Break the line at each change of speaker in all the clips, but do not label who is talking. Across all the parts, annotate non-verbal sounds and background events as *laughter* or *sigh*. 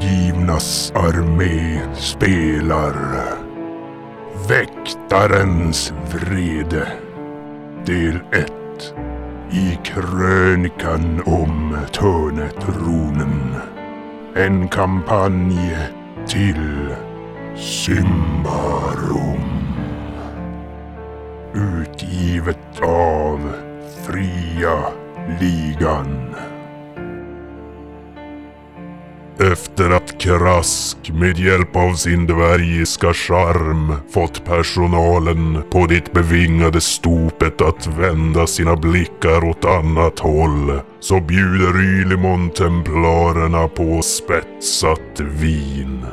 Lejonas armé spelar Väktarens vrede Del 1 I krönikan om Törnetronen En kampanj till Symbarum Utgivet av Fria Ligan
Efter att Krask med hjälp av sin dvärgiska charm fått personalen på det bevingade stopet att vända sina blickar åt annat håll så bjuder Ylimon templarerna på spetsat vin.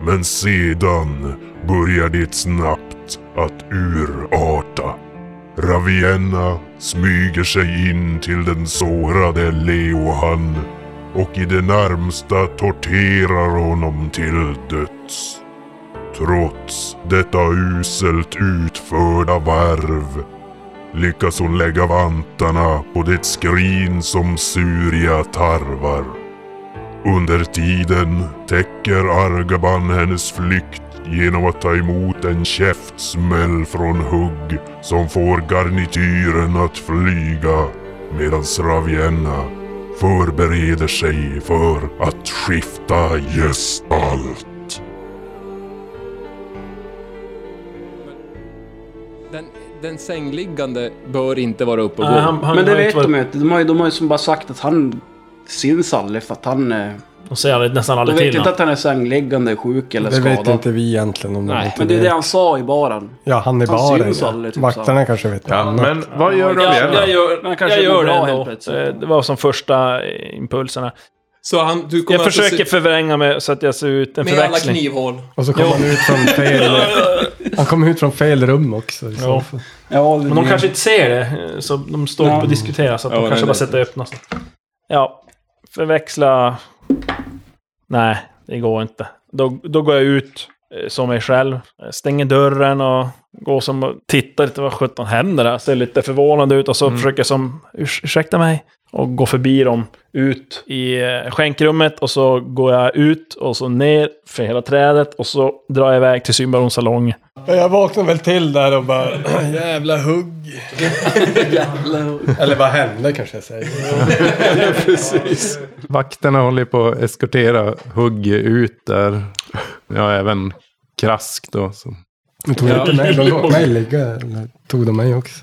Men sedan börjar det snabbt att urarta. Ravienna smyger sig in till den sårade Leohan och i det närmsta torterar honom till döds. Trots detta uselt utförda värv lyckas hon lägga vantarna på det skrin som Surya tarvar. Under tiden täcker Argaban hennes flykt genom att ta emot en käftsmäll från Hugg som får garnityren att flyga medan Ravienna förbereder sig för att skifta gestalt.
Den, den sängliggande bör inte vara uppe och gå.
Nej, han, han
Men det
har
vet
inte varit-
de ju inte. De har ju, de har ju som bara sagt att han sinsalif, att han... eh,
De säger det nästan
De
aldrig
vet
till
inte
honom.
att han är sängliggande, sjuk eller
Det vet
skadad.
inte vi egentligen om
Nej,
de inte
Men det är
vet.
det han sa i baren.
Ja, han är
Han
baren.
syns aldrig,
Ja.
typ
Vakterna kanske vet
Ja,
annat.
men vad gör
Ja,
Ravienna?
jag gör,
Men kanske
jag
mår
gör det
bra helt
ändå.
plötsligt.
Eh, Det var som första eh, impulserna.
Så han, du kommer
Jag
alltså
försöker
se-
förvränga mig så att jag ser ut en
Med alla
förväxling.
knivhål.
Och så kom han ut
*laughs*
från fel... han kom ut från fel rum också. i så
Ja.
fall.
Ja,
Men de kanske inte ser det, eh, så de står
Ja.
och diskuterar så att de
Ja,
kanske
det-
bara
det-
sätter öppna. Så. Ja, förväxla... Nej, det går inte. Då, då går jag ut eh, som mig själv, eh, stänger dörren och går som och tittar lite vad sjutton händer där. Ser lite förvånad ut och
Mm.
så försöker jag som "Urs- ursäkta mig och går förbi dem ut i eh, skänkrummet och så går jag ut och så ner för hela trädet och så drar jag iväg till Symbarons salong.
Men Jag vaknade väl till där
*clears throat*
och bara jävla hugg. Eller vad hände kanske jag säger.
Vakterna håller på att eskortera Hugg ut där. Ja, även Krask då. Så.
Men Tog de inte mig? De låt mig ligga. eller Tog de mig också?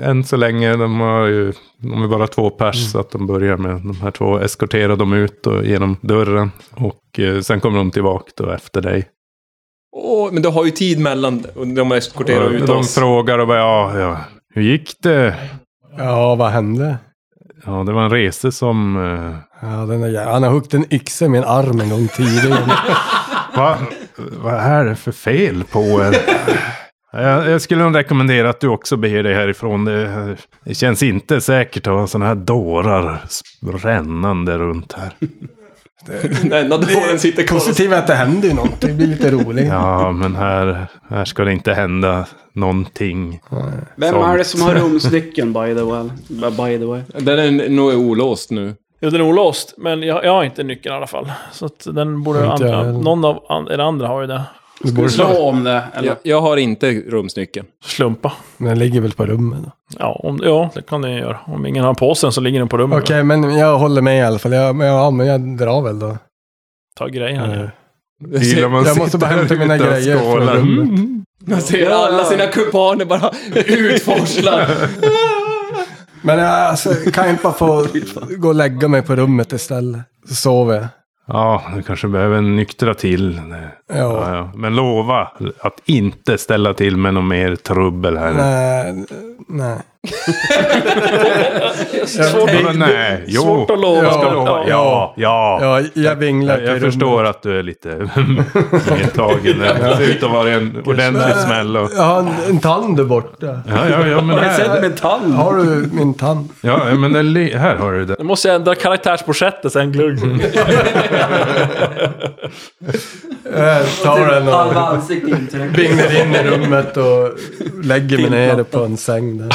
Än så länge, de har ju, de är bara två pers,
Mm.
så att de börjar med de här två. Eskorterar dem ut och genom dörren. Och eh, sen kommer de tillbaka då efter dig.
Åh, men du har ju tid mellan och de eskorterar
Och
ut
de
oss.
frågar och bara, ja, ja, hur gick det?
Ja, vad hände?
Ja, det var en resa som... eh,
Ja, den där, jä- han har huggit en yxa i min arm en gång tidigare.
*laughs*
Va, vad är det för fel på er? Jag, jag skulle nog rekommendera att du också beger dig härifrån. Det, det känns inte säkert att ha sådana här dårar rännande runt här.
Den enda dåren sitter kvar.
Positivt är att det händer ju någonting. Det blir lite roligt.
Ja, men här, här ska det inte hända någonting.
Vem
Sånt.
är det som har rumsnyckeln by the way? By the way.
Den är nog olåst nu.
Jo, den är olåst, men jag, jag har inte nyckeln i alla fall. Så att den borde
Inte jag
andra,
heller.
någon av an, eller andra har ju det.
Det
Ska
borde-
du slå om det? Eller?
Jag, jag har inte rumsnyckeln.
Slumpa.
Men den ligger väl på rummet då.
Ja, om, ja, det kan den ju göra. Om ingen har på sig den så ligger den på rummet.
Okej, men jag håller med i alla fall. Jag, men, ja, men jag drar väl då.
Ta grejerna.
Eh,
Gillar man
jag måste
sitter
bara hämta
där
mina
ute och
grejer från
skålar.
rummet.
Mm.
Man ser alla sina kumpaner *laughs* bara utforslar.
Men jag alltså, kan jag inte bara få
*laughs*
gå och lägga mig på rummet istället? Så sover jag.
Ja, du kanske behöver nyktra till.
Ja.
Ja, ja. Men lova att inte ställa till med något mer trubbel här.
Nej, nej.
Vadå, nej, jo.
Svårt att lova.
Jag ska
Ja,
lova. Ja, ja.
Ja, jag vinglar
Jag,
till
jag
rummet.
förstår att du är lite *laughs* medtagen. Det ser ut att vara en ordentlig smäll. Och...
Jag har en, en tand där borta. Äh,
Ja, ja, ja, men här,
med tand?
Har du min tand?
ja, men den, li- här har du den.
Nu måste jag ändra karaktärsportsättet sen, glugg.
Jag Eh, tar den
typ Halva
och
ansiktet intryckt.
vinglar in i rummet och lägger mig ner på en säng där.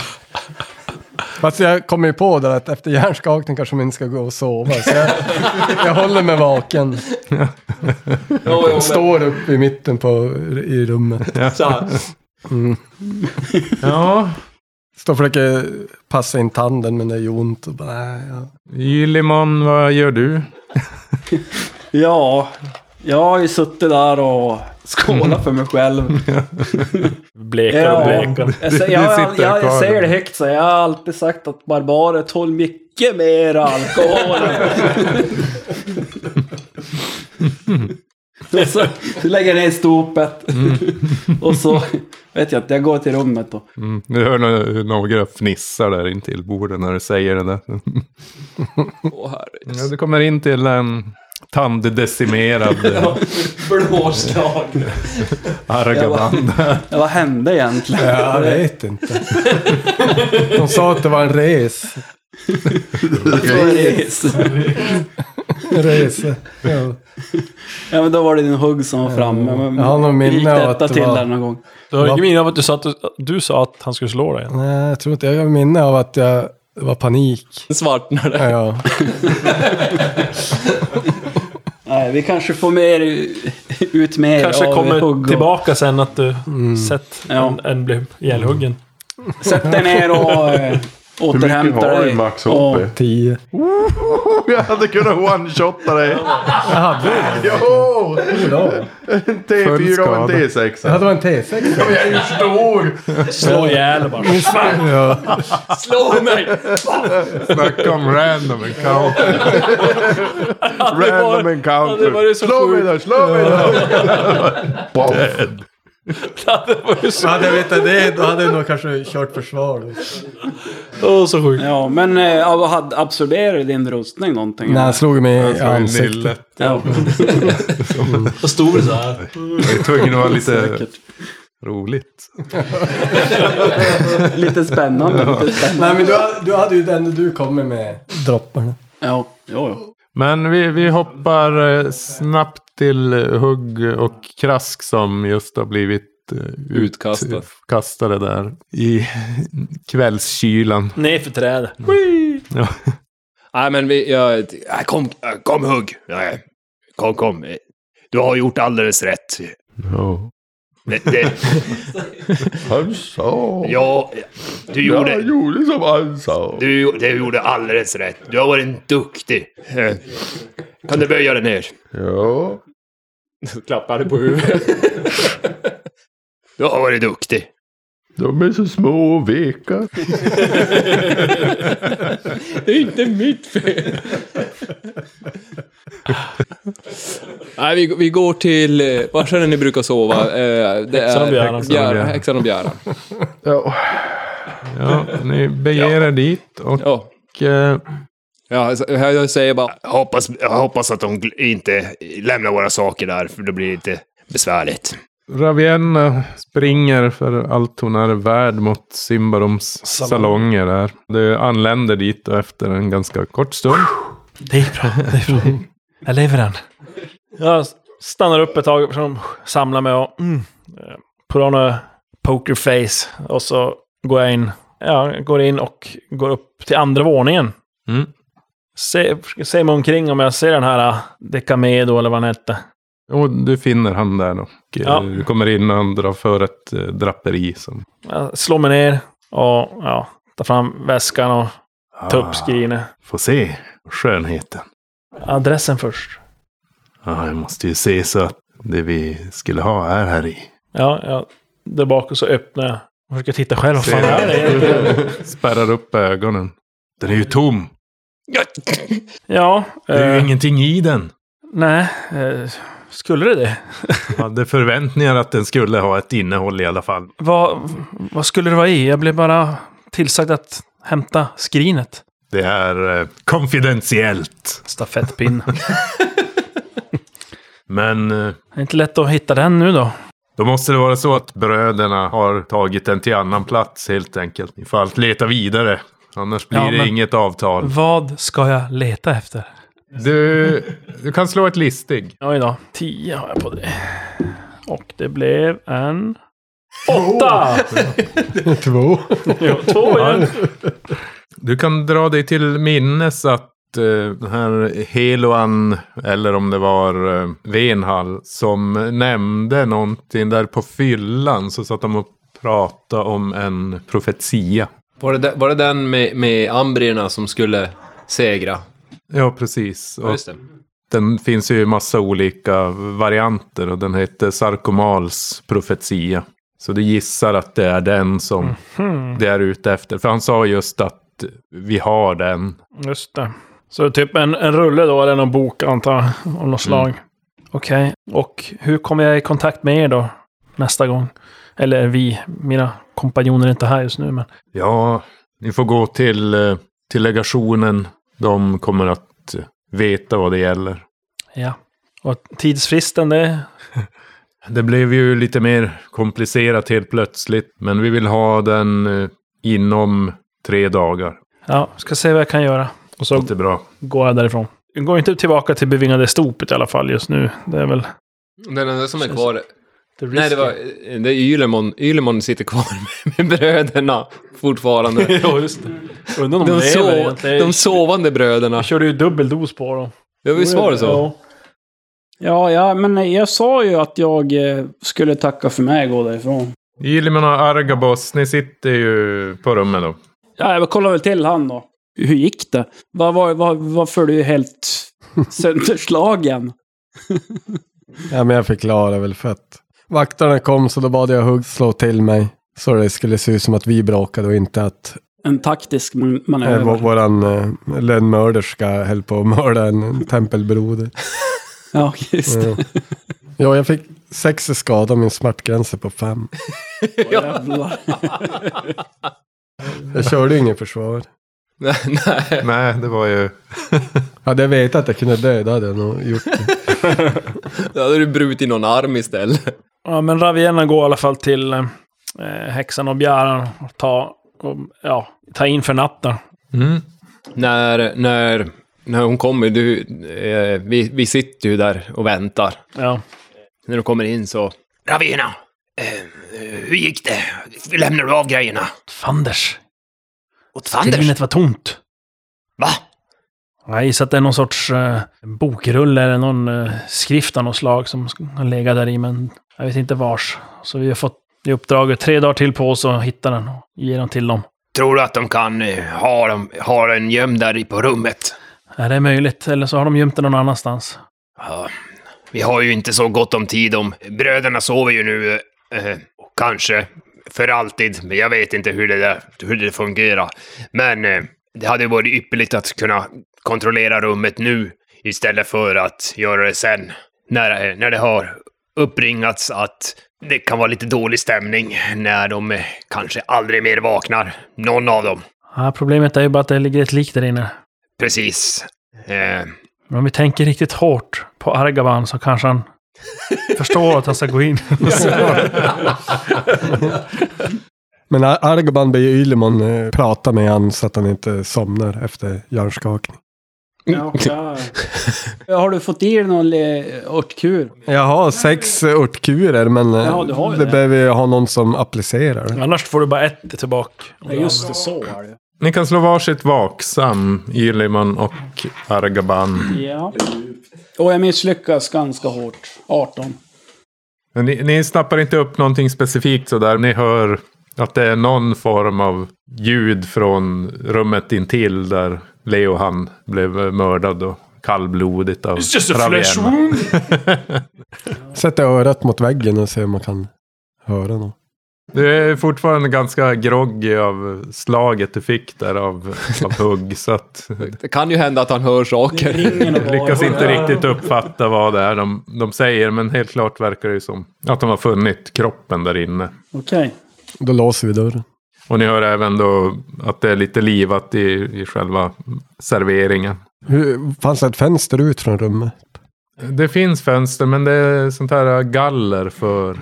Fast jag kommer ju på det att efter hjärnskakning kanske man inte ska gå och sova. Så jag, jag håller mig vaken.
Jo, jo, men,
Står upp i mitten på, i rummet.
så här.
Mm.
*laughs* Ja,
Står och försöker passa in tanden men det gör ont. Och bara, nej, ja.
Gilliman, vad gör du?
Ja, jag har ju suttit där och skålat för mig själv.
Blekare och
Ja,
blekare.
jag, säger,
Du
jag,
sitter
jag, jag,
kvar.
säger det högt så jag har alltid sagt att barbarer tål mycket mer
*laughs*
alkohol. och så, så lägger jag ner stopet.
Mm.
och så vet jag inte, jag går till rummet då.
Mm. Du hör no- några fnissar där in till bordet när du säger det där.
Åh, herre.
Ja, du kommer in till en tanddecimerad eh,
Blåslag.
Argabanda.
Ja, vad hände egentligen?
jag vet inte. De sa att det var en res. En rese. Ja.
Ja men då var det din hugg som var framme. Men
Jag har nog minne
gick
av
detta
att det
till
var-
där någon gång?
Du har inget minne av att du sa att, du sa att han skulle slå dig?
Nej, jag tror inte. Jag har minne av att jag det var panik.
Svartnade.
Ja.
Nej, vi kanske får mer ut mer
Kanske
av
kommer
hugg och-
tillbaka sen att du sett
Ja.
en, en bli ihjälhuggen.
Sätt dig ner och äh, återhämta
har du
dig.
i max
Och-
HP?
Tio.
Jag hade kunnat one-shotta dig. Jo! En T4 och en
skada.
T6.
Ja, det var en T6.
Jag är ju stor!
Slå ihjäl bara.
Slå mig!
Snacka om random encounter. *laughs*
Random
det var ju
encounter.
så
Slå mig då, slå mig då! Boff.
Hade jag vetat det, då hade jag nog kanske kört försvar.
Åh, så sjukt.
Ja, men äh, absorberade din rustning någonting?
Nej,
eller?
han slog mig i ansiktet.
Nille.
Ja.
Och stod det så här.
Jag är tvungen att vara lite
Säkert.
roligt.
Lite spännande. Lite spännande.
Nej, men du, hade- du hade ju den du kommer med. Dropparna.
Ja, jo, jo.
Men vi, vi hoppar eh, snabbt till eh, hugg och krask som just har blivit eh,
Utkastad.
utkastade där i kvällskylan.
Ner för trädet.
Ja.
Nej, men vi... Jag, nej, kom, kom hugg. Nej. Kom, kom. Du har gjort alldeles rätt. Det, det,
Han sa.
ja, du
Jag
gjorde...
gjorde som han sa.
Du, du gjorde alldeles rätt. Du har varit en duktig. Eh, Kan du böja dig ner?
Ja.
Klappade på huvudet. Du har varit duktig.
De är så små och veka.
Det är inte mitt fel. Nej, vi, vi går till... eh, Var är det ni brukar sova? Eh, Det är,
Häxan och bjäran.
Bjär- Häxan och bjäran.
Ja.
ja, ni beger er dit och
Ja.
eh,
Ja, alltså, här jag säger bara... Jag hoppas, jag hoppas att de gl- inte lämnar våra saker där, för då blir det lite besvärligt.
Ravienna springer för allt hon är värd mot Simbaroms salonger där. Du anländer dit och efter en ganska kort stund.
Det är bra, det är bra. Jag lever än. Jag stannar upp ett tag, som samlar mig och... Mm, eh, put on a poker face. Och så går jag in, ja, går in och går upp till andra våningen.
Mm.
Se, försöker se mig omkring om jag ser den här eh, Decamedo eller vad han hette.
Och du finner han där och eh,
Ja.
du kommer in och han drar för ett eh, draperi som...
Jag slår mig ner och ja, tar fram väskan och tar upp skrinet.
Får se skönheten.
Adressen först.
Ja, jag måste ju se så att det vi skulle ha är här i.
Ja, jag där bak och så öppnar jag. Jag försöker titta själv. Vad fan är det egentligen?
*laughs* Spärrar upp ögonen. Den är ju tom.
Ja.
Det är ju
eh,
ingenting i den.
Nej, eh, skulle det det?
Hade förväntningar att den skulle ha ett innehåll i alla fall.
Vad, vad skulle det vara i? Jag blev bara tillsagd att hämta skrinet.
Det är eh, konfidentiellt.
Stafettpinn.
Men eh,
*laughs* det är inte lätt att hitta den nu då.
då måste det vara så att bröderna har tagit den till annan plats helt enkelt. Ni får allt leta vidare. Annars blir
Ja,
det
men-
inget avtal.
Vad ska jag leta efter?
Du, du kan slå ett listig.
Oj då. Tio har jag på det. Och det blev en... Åtta!
Två.
Jo, två igen.
Du kan dra dig till minnes att eh, den här Heloan, eller om det var eh, Venhall, som nämnde någonting där på fyllan så satt de och pratade om en profetia.
Var det, den- var det den med, med ambrierna som skulle segra?
Ja, precis.
Ja, just det.
Den finns ju i massa olika varianter och den heter Sarkomals profetia. Så du gissar att det är den som
Mhm.
det är ute efter. För han sa just att vi har den.
Just det. Så typ en, en rulle då, eller någon bok antar jag, av något slag. Okej, och hur kommer jag i kontakt med er då nästa gång? Eller vi, mina kompanjoner är inte här just nu, men
Ja, ni får gå till, eh, till legationen. De kommer att eh, veta vad det gäller.
ja. Och tidsfristen, det...
Det blev ju lite mer komplicerat helt plötsligt. Men vi vill ha den eh, inom tre dagar.
Ja, ska se vad jag kan göra. Och så
Det är bra.
går jag därifrån. Jag går inte tillbaka till bevingade stopet i alla fall just nu. Det är väl...
Den enda som är kvar...
Det
Nej, det var... Det är Ylemon. Ylemon sitter kvar *laughs* med bröderna *laughs* fortfarande.
*laughs* ja, just det. Undrar om de,
De,
lever
sov,
egentligen.
de sovande bröderna.
Jag körde ju dubbel dos på dem.
Ja, visst var det så?
Ja, ja, men jag sa ju att jag eh, skulle tacka för mig och gå därifrån.
Gilliman och Argabos, ni sitter ju på rummet då.
Ja, jag kollar väl till han då. Hur gick det? Vad var, var, varför du är helt sönderslagen?
Ja, men jag förklarar väl fett. Vakterna kom så då bad jag Hugg slå till mig. Så det skulle se ut som att vi bråkade och inte att
En taktisk man-
eh, vår,
manöver.
våran, eh, eller en mörderska höll på att mörda en tempelbroder.
Ja, just det.
Ja. ja, jag fick sex i skada och min smärtgräns är
*laughs*
på fem.
Jävlar.
Jag körde ju ingen försvar.
*laughs* Nej, nej.
Nej, det var ju...
Hade jag vetat att jag kunde dö, då hade jag nog gjort det.
Då hade du brutit någon arm istället.
Ja, men Ravienna går i alla fall till eh, häxan och bjäran och ta, och, ja, ta in för natten.
Mm.
När, när, när hon kommer, du, eh, vi, vi sitter ju där och väntar.
Ja.
När du kommer in så... Ravina! Eh, eh, hur gick det? Lämnar du av grejerna?
Fanders,
Åt
vinet var tomt.
Va?
Jag gissar att det är någon sorts eh, bokrulle eller någon eh, skrift av något slag som sk- har legat där i, men jag vet inte vars. Så vi har fått i uppdraget tre dagar till på oss att hitta den och ge den till dem.
Tror du att de kan eh, ha, dem, ha den gömd där i- på rummet?
Är det möjligt? Eller så har de gömt den någon annanstans.
Ja, vi har ju inte så gott om tid om... Bröderna sover ju nu, eh, och kanske för alltid, men jag vet inte hur det, där, hur det fungerar. Men eh, det hade varit ypperligt att kunna kontrollera rummet nu istället för att göra det sen, när, eh, när det har uppringats att det kan vara lite dålig stämning när de eh, kanske aldrig mer vaknar, någon av dem.
Ja, problemet är ju bara att det ligger ett lik där inne.
Precis. Eh,
Men om vi tänker riktigt hårt på Argaban så kanske
*laughs*
han förstår att han ska gå in.
Men Ar- Argoban ber ju Ylemon eh, prata med han så att han inte somnar efter hjärnskakning.
Mm.
Ja,
*laughs*
ja. Har du fått i dig någon le- örtkur?
Jag har sex eh, örtkurer men eh,
Ja, du har ju
det
det.
behöver jag ha någon som applicerar det.
Annars får du bara ett tillbaka.
Ja, just det. Så är det.
Ni kan slå varsitt vaksam, Gilliman och Argaban.
Ja.
Mm.
Och jag misslyckas ganska hårt. 18.
Men Ni, ni snappar inte upp någonting specifikt sådär. Ni hör att det är någon form av ljud från rummet intill där Leo han blev eh, mördad och kallblodigt av Ravienna.
Sätter örat mot väggen och ser om man kan höra något.
Du är fortfarande ganska groggy av slaget du fick där av, av hugg. Så att
det kan ju hända att han hör saker.
*laughs*
Jag lyckas inte riktigt uppfatta vad det är de, de säger. Men helt klart verkar det ju som att de har funnit kroppen där inne.
Okej.
Då låser vi dörren.
Och ni hör även då att det är lite livat i, i själva serveringen.
Hur, fanns det ett fönster ut från rummet?
Det finns fönster men det är sånt här galler för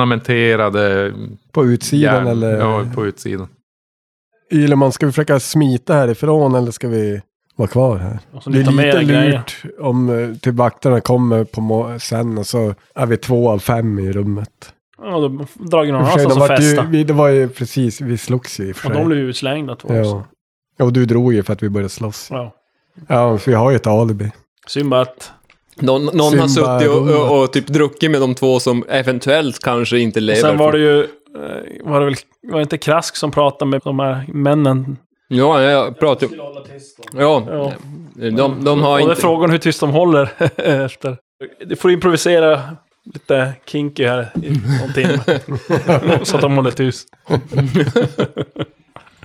ornamenterade
På utsidan
järn.
eller?
Ja, på utsidan.
Yleman, ska vi försöka smita härifrån eller ska vi vara kvar här?
Och så
Det är
lite mer
lite
grejer.
lurt om eh, till vakterna kommer på må- sen och så är vi två av fem i rummet.
Ja, då drar ju någon
I och för
annanstans
sig, de
och
vart
festa.
ju, vi, det var ju precis, vi slogs ju i och för
Och
sig.
de blev ju utslängda två också.
ja. Ja, och du drog ju för att vi började slåss.
Ja.
Ja, för vi har ju ett alibi.
Synd bara att...
Någon, någon har
Simba
suttit och,
Rumba.
och, och typ druckit med de två som eventuellt kanske inte lever.
Sen var det ju... eh, Var det väl... Var det inte Krask som pratade med de här männen?
Ja, jag pratar Ja, de, de har
och det
inte...
är frågan hur tyst de håller *laughs* efter. Du får improvisera lite kinky här i någon timme.
*laughs*
Så att de håller tyst.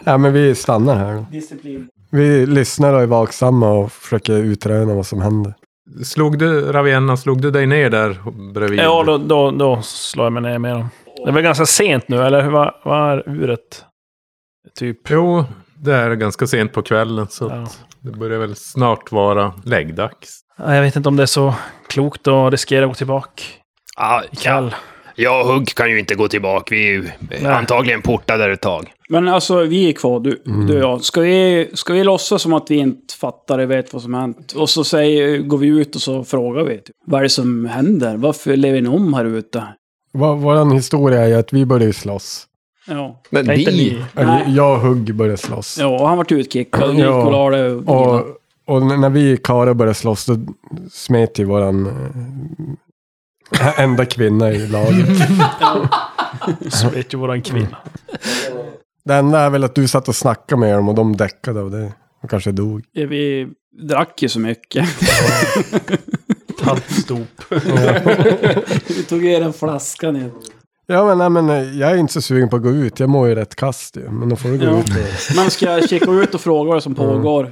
Ja, men vi stannar här då.
Disciplin.
Vi lyssnar och är vaksamma och försöker utröna vad som händer.
Slog du, Ravienna, slog du dig ner där bredvid?
Ja, då, då, då slår jag mig ner med dem. Det är väl ganska sent nu, eller? Hur- Vad vad är uret? Typ.
Jo, det är ganska sent på kvällen så
Ja.
att det börjar väl snart vara läggdags.
Ja, Jag vet inte om det är så klokt att riskera att gå tillbaka.
Ja,
Kall.
Jag och Hugg kan ju inte gå tillbaka. Vi är ju eh, antagligen portade ett tag.
Men alltså, vi är kvar, du,
Mm.
du och jag. Ska vi, ska vi låtsas som att vi inte fattar eller vet vad som hänt? Och så säger, går vi ut och så frågar vi. Typ, vad är det som händer? Varför lever ni om här ute?
Vår, våran historia är ju att vi började ju slåss.
Ja.
*laughs* Men
Nej, inte
vi-
Eller
Nej.
jag och Hugg började slåss.
Ja, och han vart utkickad. Och Nicolare och...
och, och n- när vi karlar började slåss då smet ju våran eh, enda kvinna i laget. *laughs*
Så vet ju våran kvinna.
Det enda är väl att du satt och snackade med dem och de däckade av det. Och kanske dog.
Ja, vi drack ju så mycket.
Mm. Tantstop.
*laughs* vi tog er en flaska ner.
Ja men, nej, men eh, jag är inte så sugen på att gå ut. Jag mår ju rätt kast ju. Men då får du gå
Ja.
ut.
Men ska jag checka ut och fråga vad det som pågår?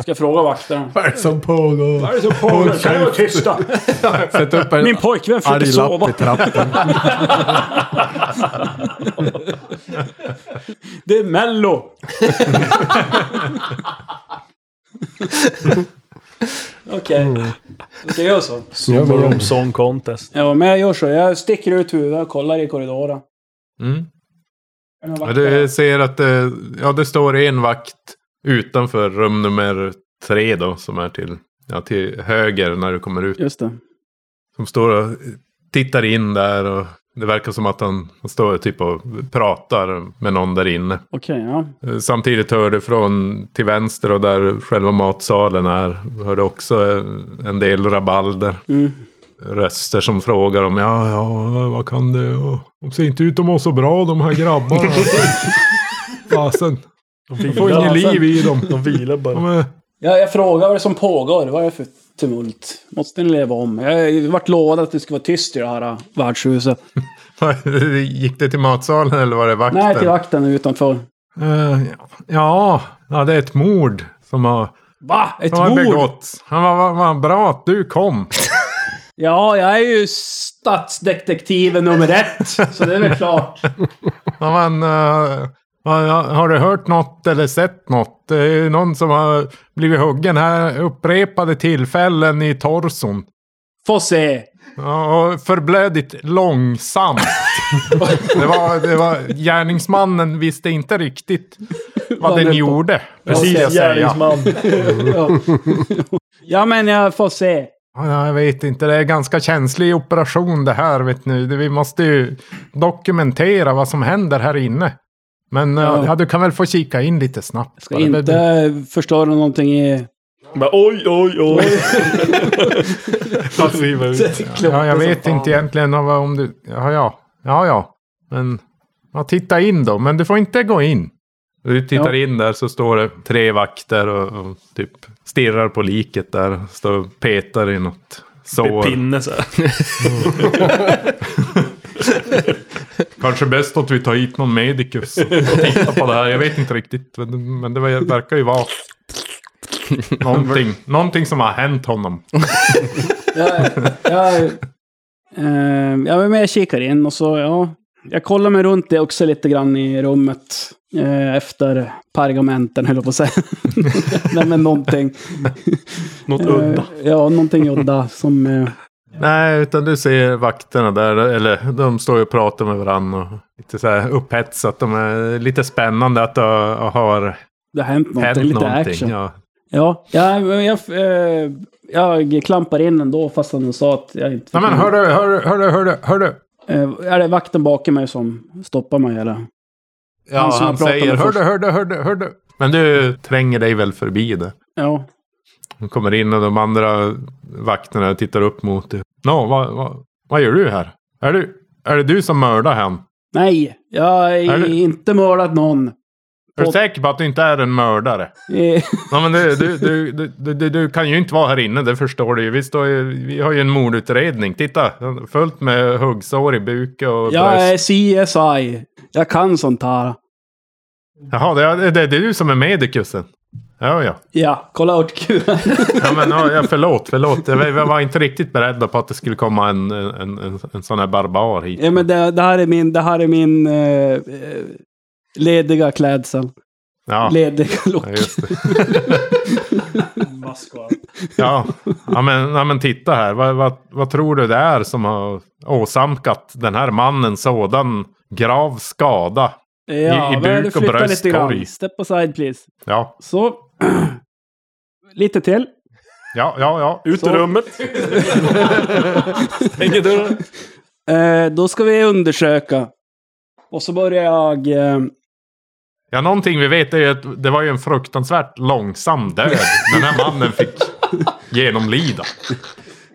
Ska jag fråga vakterna?
Vad är det som pågår?
Vad är det som pågår? Kan ni vara tysta?
Sätt upp en
Min pojkvän försöker
arg lapp
sova.
typ.
*laughs*
i trappen.
Det är Mello! Okej. Ska jag göra så?
Som Song Contest.
Ja, men jag gör så. Jag sticker ut huvudet och kollar i korridoren.
Mm.
Är det någon
Ja,
vakt där?
du ser att det, ja, det står en vakt utanför rum nummer tre då som är till, ja, till höger när du kommer ut.
Just det.
Som står och tittar in där och det verkar som att han, han står typ och pratar med någon där inne.
Okej, ja.
Eh, Samtidigt hör du från till vänster och där själva matsalen är, hör du också eh, en del rabalder.
Mm.
Röster som frågar om, ja, ja, vad kan det, och, de ser inte ut att må så bra de
*laughs*
här grabbarna. Fasen.
De
får ingen liv i dem.
De vilar bara.
De är,
Ja, jag frågar vad det som pågår. Vad är det för tumult? Måste ni leva om? Jag har varit lovad att det ska vara tyst i det här äh, värdshuset.
*laughs* Gick det till matsalen eller var det vakten?
Nej, till vakten utanför.
Eh, ja, ja, det är ett mord som har,
Va? Ett
som har
mord?
begåtts. Han var, var, var bra att du kom.
Ja, jag är ju statsdetektiven nummer ett. Så det är väl klart.
Ja, men, eh, har, har du hört något eller sett något? Det är ju någon som har blivit huggen här upprepade tillfällen i torson.
Få se.
Ja, och förblödigt
*laughs*
långsamt. det var, det var, gärningsmannen visste inte riktigt vad
Vad
den
den-
gjorde.
Precis,
måste jag säga.
gärningsman.
Ja. ja, men jag får se.
Ja, jag vet inte, det är ganska känslig operation det här vet ni. Det- Vi måste ju dokumentera vad som händer här inne. Men eh,
Ja.
ja. du kan väl få kika in lite snabbt.
Ska inte förstöra någonting i...
Bara, oj, oj, oj.
passiva ut. Ja, jag vet inte egentligen om, om du... Ja, ja. Ja, ja. Men... Ja, titta in då. Men du får inte gå in. Du tittar in där så står det tre vakter och, och typ stirrar på liket där. Står och petar i något
Med
sår.
pinne så här.
Kanske bäst att vi tar hit någon medicus och tittar på det här. Jag vet inte riktigt. Men, men det var- verkar ju vara... Någonting, någonting som har hänt honom.
Jag, jag, eh, ja, men jag kikar in och så, ja. Jag kollar mig runt det också lite grann i rummet. Eh, efter pergamenten, höll jag på att säga. *laughs* Nej, men någonting.
Något
Eh,
udda.
ja, någonting udda som... Eh,
Nej, utan du ser vakterna där, eller de står ju och pratar med varandra. Och lite så här upphetsat. De är lite spännande att det har- har
det har hänt någonting.
hänt
lite
någonting.
action. Ja,
Ja.
ja, men jag, eh, jag klampar in ändå fast han sa att jag inte... fick
Nej men
in.
hörru, hörru, hörru, hörru, hörru.
Eh, är det vakten bakom mig som stoppar mig eller?
Ja,
Han
han,
som jag pratade
säger
med
hörru,
först.
hörru, hörru, hörru. Men du tränger dig väl förbi det?
Ja.
De kommer in och de andra vakterna tittar upp mot dig. Nå, vad, vad, vad gör du här? Är, du, är det du som mördar han?
Nej, jag
Är
har
du-
inte mördat någon.
Är du säker på att du inte är en mördare?
Eh,
Ja, men du, du, du, du, du, du, du kan ju inte vara här inne, det förstår du ju. Vi, står ju, vi har ju en mordutredning. Titta, fullt med huggsår i buken och
Jag är
bröst.
CSI. Jag kan sånt här.
Jaha, det är, det, det är du som är medikusen? Ja, ja.
Ja, kolla örtkulan.
Ja, men ja, ja, förlåt, förlåt. Jag var- jag var inte riktigt beredd på att det skulle komma en, en, en, en sån här barbar hit.
ja, men det, det här är min, det här är min eh, eh, lediga klädsel.
Ja.
Lediga look.
Ja, just det. Ja, ja, men, ja, men titta här. Vad, vad, vad tror du det är som har åsamkat den här mannen sådan grav skada?
Ja,
I, i
men
buk och
flytta lite
bröstkorg.
grann. Step aside please.
Ja,
Så. *clears throat* lite till.
ja, ja. ja.
Ut
Så.
Stänger dörren.
Eh, då ska vi undersöka. Och så börjar jag... Eh,
Ja, någonting vi vet är ju att det var ju en fruktansvärt långsam död den här mannen fick genomlida.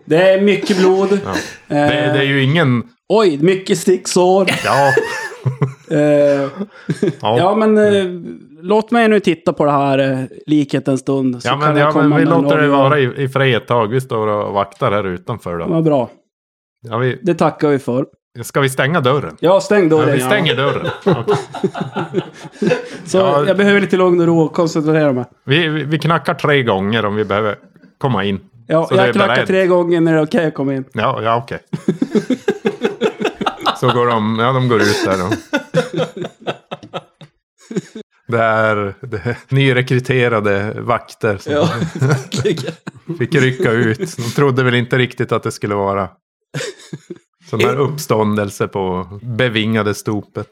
det är mycket blod. Eh,
Ja. Det, det är ju ingen...
Oj, mycket sticksår.
Ja.
Eh, ja. men eh, låt mig nu titta på det här eh, liket en stund. så
Ja,
kan
men,
jag
ja, men
komma
vi
med en
låter det
avgörande.
vara i, i fred ett tag. Vi står och vaktar här utanför
Vad
då.
bra.
Ja, vi,
Det tackar vi för.
ska vi stänga dörren?
Ja, stäng
Ja,
dörren.
vi
*laughs*
stänger dörren.
Så
Ja.
jag behöver lite lugn och ro och koncentrera mig.
Vi, vi vi knackar tre gånger om vi behöver komma in.
Ja,
Så du är
jag knackar
beredd?
tre gånger när det är okej att komma in.
Ja, ja okej. Så går de, ja de går ut där då. Det är, det är nyrekryterade vakter som
Ja, verkligen.
fick rycka ut. De trodde väl inte riktigt att det skulle vara sån här uppståndelse på bevingade stopet.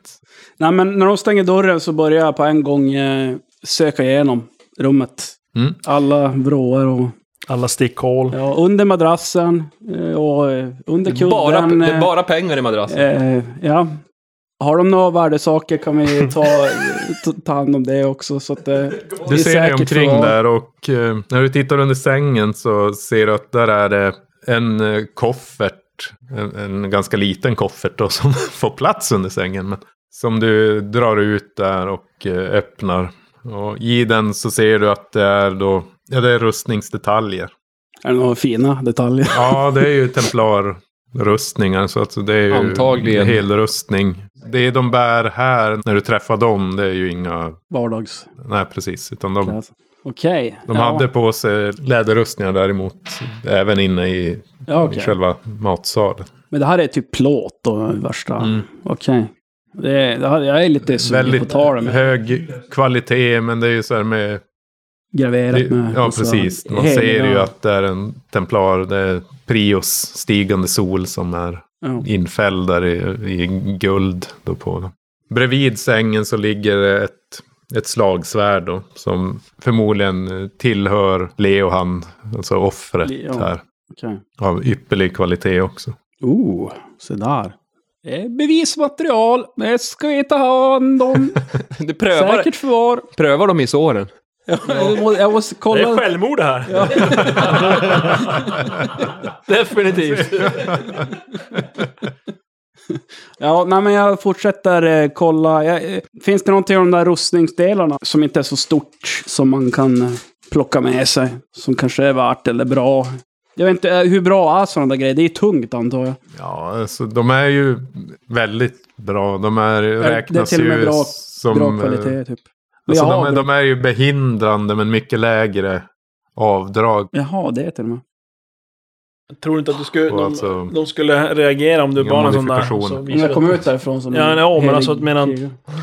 Nej, men när de stänger dörren så börjar jag på en gång eh, söka igenom rummet.
Mm.
Alla vrår och...
Alla stickhål.
Ja, under madrassen eh, och eh, under kudden.
Bara, det
eh,
är bara pengar i madrassen.
Eh, ja. Har de några värdesaker kan vi ta, *laughs* ta, ta hand om det också. Så att, eh, det
Du
är
ser dig
säkert
omkring
förvar.
där och eh, när du tittar under sängen så ser du att där är det en eh, koffert. En, en ganska liten koffert då *laughs* som får plats under sängen. Men, som du drar ut där och eh, öppnar. Och i den så ser du att det är då, ja det är rustningsdetaljer.
Är det några fina detaljer? *laughs*
Ja, det är ju templarrustningar. Så att det är ju
Antagligen.
helrustning. Det de bär här när du träffar dem, det är ju inga...
Vardags.
Nej, precis. Utan de,
Okej.
de
ja.
hade på sig läderrustningar däremot. Även inne i,
Ja, okej.
i själva matsalen.
Men det här är typ plåt och värsta... Okej. Det, det här, jag är lite sugen på att
Mm. Väldigt
ta det med.
hög kvalitet, men det är ju så här med...
Graverat med... alltså,
ja,
massa
precis. Man
heliga-
ser ju att det är en templar. Det är Prios stigande sol som är
Ja.
infälld där i, i guld. Då på. dem. Bredvid sängen så ligger det ett, ett slagsvärd då, som förmodligen tillhör Leohan, alltså offret
Ja,
här.
okej.
Av ypperlig kvalitet också.
Oh, se där. Det är bevismaterial. Det ska vi ta hand om.
Du prövar,
Säkert förvar.
prövar de i såren.
Jag må- Jag måste
Det
kolla.
är självmord det här.
Definitivt.
Ja, nej, men jag fortsätter eh, kolla. Jag, eh, finns det någonting av de där rustningsdelarna som inte är så stort som man kan eh, plocka med sig? Som kanske är värt eller bra? Jag vet inte, eh, hur bra är sådana där grejer? Det är tungt antar jag.
Ja, alltså, de är ju väldigt bra. De är,
det är
räknas
till och med
ju
bra,
som... eh,
bra kvalitet typ. Men
Alltså,
jag har
de, är,
bra-
de är ju behindrande men mycket lägre avdrag.
Jaha, det är till och med.
Jag tror inte att du skulle,
Och
de,
alltså-
de skulle reagera om du
Ingen
bara en sån där.
modifikation.
så
Om
Om
visar
jag
det-
kommer ut därifrån som
Ja,
en
nej, men
helig
alltså att medan...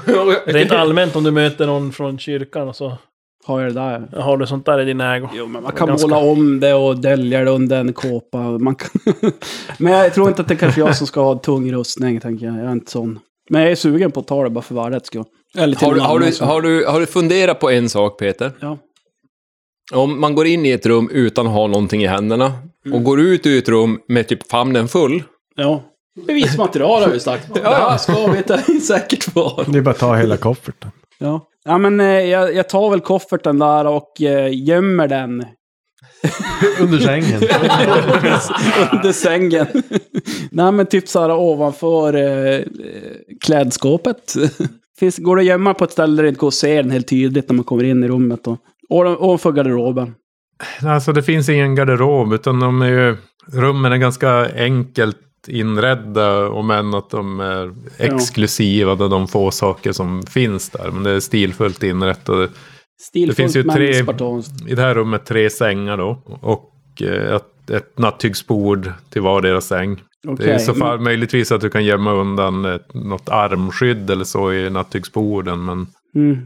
krigare.
Rent allmänt om du möter någon från kyrkan och så
Har jag det där?
har du sånt där i din ägo.
Jo, men Man kan måla om det och dölja det under en kåpa. Man kan... *laughs* men jag tror inte att det är kanske jag som ska ha tung rustning, tänker jag. Jag är inte sån. Men jag är sugen på att ta det bara för värdets skull. Eller till
Har du,
någon
har,
annan
du,
som-
har, du, har du funderat på en sak, Peter?
Ja.
Om man går in i ett rum utan att ha någonting i händerna och
Mm.
går ut ur ett rum med typ famnen full.
Ja. Bevismaterial har vi sagt. Det här ska vi ta i säkert förvar.
Det är bara att ta hela kofferten.
Ja, ja men eh, jag, jag tar väl kofferten där och eh, gömmer
*laughs*
den.
Under sängen.
*laughs* Under sängen. Nej, men typ så här ovanför eh, klädskåpet. *laughs* Finns, går det att gömma på ett ställe där det inte går att se den helt tydligt när man kommer in i rummet? Och, ovan- ovanför garderoben.
Alltså det finns ingen garderob utan de är ju, rummen är ganska enkelt inredda och men att de är exklusiva där de få saker som finns där. Men det är stilfullt inrättade.
Stilfullt
det finns ju
men
tre,
spartanskt.
i det här rummet tre sängar då och eh, ett, ett nattduksbord till vardera säng. Det är
Okej,
i så fall
men-
möjligtvis att du kan gömma undan ett, något armskydd eller så i nattduksborden men
Mm,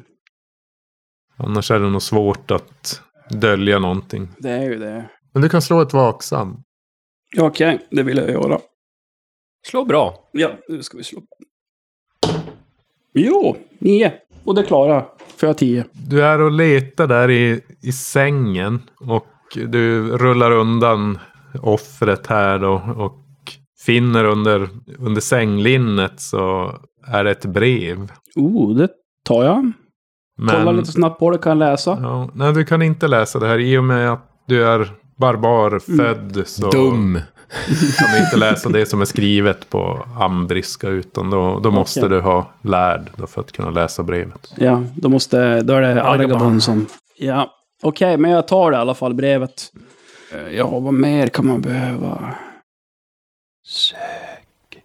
annars är det nog svårt att dölja någonting.
det är ju det.
Men du kan slå ett vaksam.
Okej, det vill jag göra.
Slå bra.
Ja, nu ska vi slå. Jo, nio. Och det klarar jag. För jag har tio.
Du är och letar där i, i sängen och du rullar undan offret här då och finner under, under sänglinnet så är det ett brev.
Oh, det tar jag.
Men-
Kolla lite snabbt på det, kan jag läsa?
Ja, nej, du kan inte läsa det här i och med att du är
Mm.
barbar, född. Så
Dum.
kan du inte läsa det som är skrivet på ambriska utan då, då måste
Okej.
du ha lärd då för att kunna läsa brevet.
Ja, då, måste, då är det Argaban
Argaban.
som... Ja, okej, men jag tar det i alla fall, brevet. Eh, Ja, vad mer kan man behöva? Sök.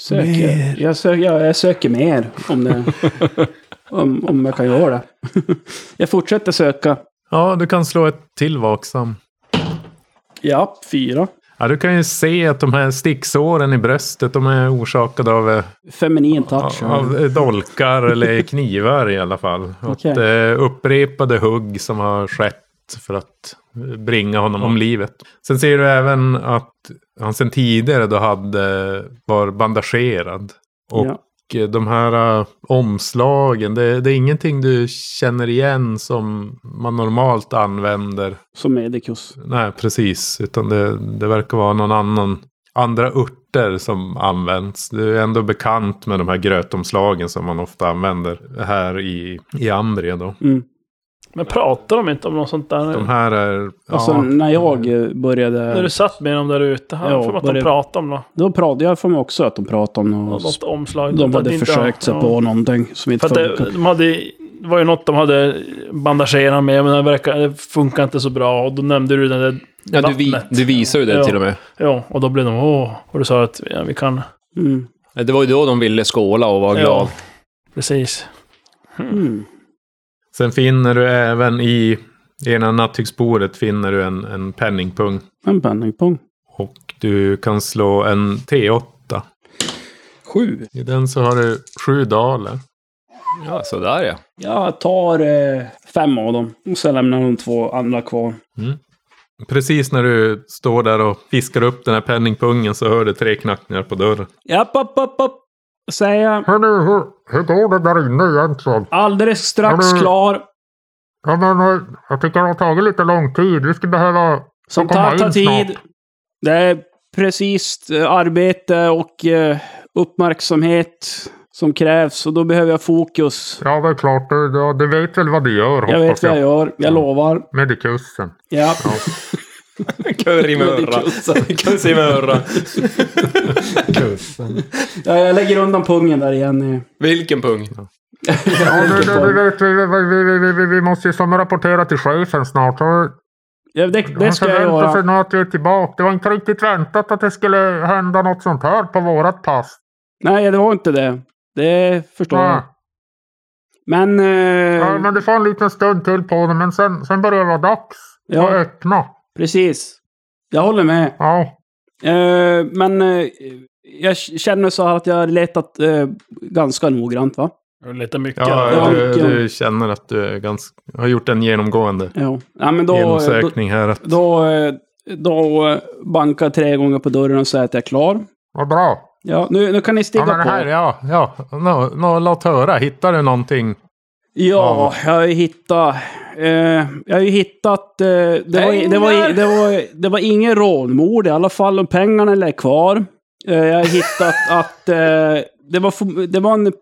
Söker.
Mer.
Jag, sö ja, jag söker mer om, det, *laughs* om, om jag kan göra det. jag fortsätter söka.
Ja, du kan slå ett till vaksam.
Ja, fyra.
Ja, du kan ju se att de här sticksåren i bröstet de är orsakade av, eh,
Feminin touch.
av eh,
*laughs*
dolkar eller knivar i alla fall.
Okej.
Att, eh, upprepade hugg som har skett för att eh, bringa honom om livet. Sen ser du även att han sen tidigare då hade, var bandagerad. Och eh, de här eh, omslagen, det, det är ingenting du känner igen som man normalt använder.
Som medicus.
Nej, precis. Utan det, det verkar vara någon annan, andra örter som används. Du är ändå bekant med de här grötomslagen som man ofta använder här i, i Ambria då.
Mm.
Men pratar de inte om något sånt där?
De här är...
Alltså
ja,
när jag eh, började...
När du satt med dem där ute, han
Ja,
får man att
var
de
det-
pratade om något.
Då pratade jag för mig också att de pratade om något.
Något omslag.
de
Det
hade
är inte-
försökt sig
ja.
på någonting som
För
inte
att det,
funkade.
de hade, det var ju något de hade bandagerat med, men det, verkar, det funkar inte så bra. Och då nämnde du den där
Ja, du vi-
vattnet.
du visar ju det
ja.
till och med.
Ja, och då blev de åh. Och du sa att ja, vi kan...
Mm.
Det var ju då de ville skåla och vara
Ja.
glad.
Precis.
Mm.
Sen finner du även i, i ena nattduksbordet finner du en, en penningpung.
En penningpung.
Och du kan slå en T8.
Sju.
I den så har du sju daler.
Ja, sådär ja.
Jag tar eh, fem av dem och sen lämnar de två andra kvar.
Mm. Precis när du står där och fiskar upp den här penningpungen så hör du tre knackningar på dörren.
Japp, upp, upp, upp. Säger jag.
Hörni, hur, hur går det där inne egentligen?
Alldeles strax
Hörni.
klar.
Ja, men eh, jag tycker det har tagit lite lång tid. Vi skulle behöva...
Som
komma
tar, tar
in snart.
tid. Det är precis eh, arbete och eh, uppmärksamhet som krävs och då behöver jag fokus.
Ja, det är klart. Du, du, du vet väl vad du gör,
Jag vet
hoppas
vad jag gör. Jag lovar.
Medikussen.
Ja. *laughs*
Curry
med örra.
Curry med örra.
ja, jag lägger undan pungen där igen. eh.
Vilken pung?
Ja, du, du, du vet, vi, vi, vi, vi, vi, vi måste ju som rapportera till chefen snart. Så
Ja, det, det ska jag
Han förväntar sig
göra.
nog att vi är tillbaka. Det var inte riktigt väntat att det skulle hända något sånt här på vårat pass.
Nej, det var inte det. Det förstår
Nej.
jag. Men...
Ja,
Eh,
men du får en liten stund till på det, men sen, sen börjar det vara dags
Ja.
att öppna.
Precis. Jag håller med.
Ja.
Eh, men eh, jag k- känner så här att jag har letat eh, ganska noggrant, va?
Lite mycket.
Ja,
Ja,
du,
mycket.
du känner att du är ganska, har gjort en genomgående
Ja. ja men då,
genomsökning här. Att,
Då, eh, då eh, bankar jag tre gånger på dörren och säger att jag är klar.
Vad bra.
Ja, nu, nu kan ni stiga
ja, men
på.
här, ja, ja. Nå, nå, låt höra. Hittar du någonting?
Ja, jag har ju hittat... Eh, jag har ju hittat... Eh, det, var, i- det, var, i- det, var, det var ingen rånmord i alla fall, och pengarna är kvar. Eh, jag har hittat att eh, det var, för- det var en...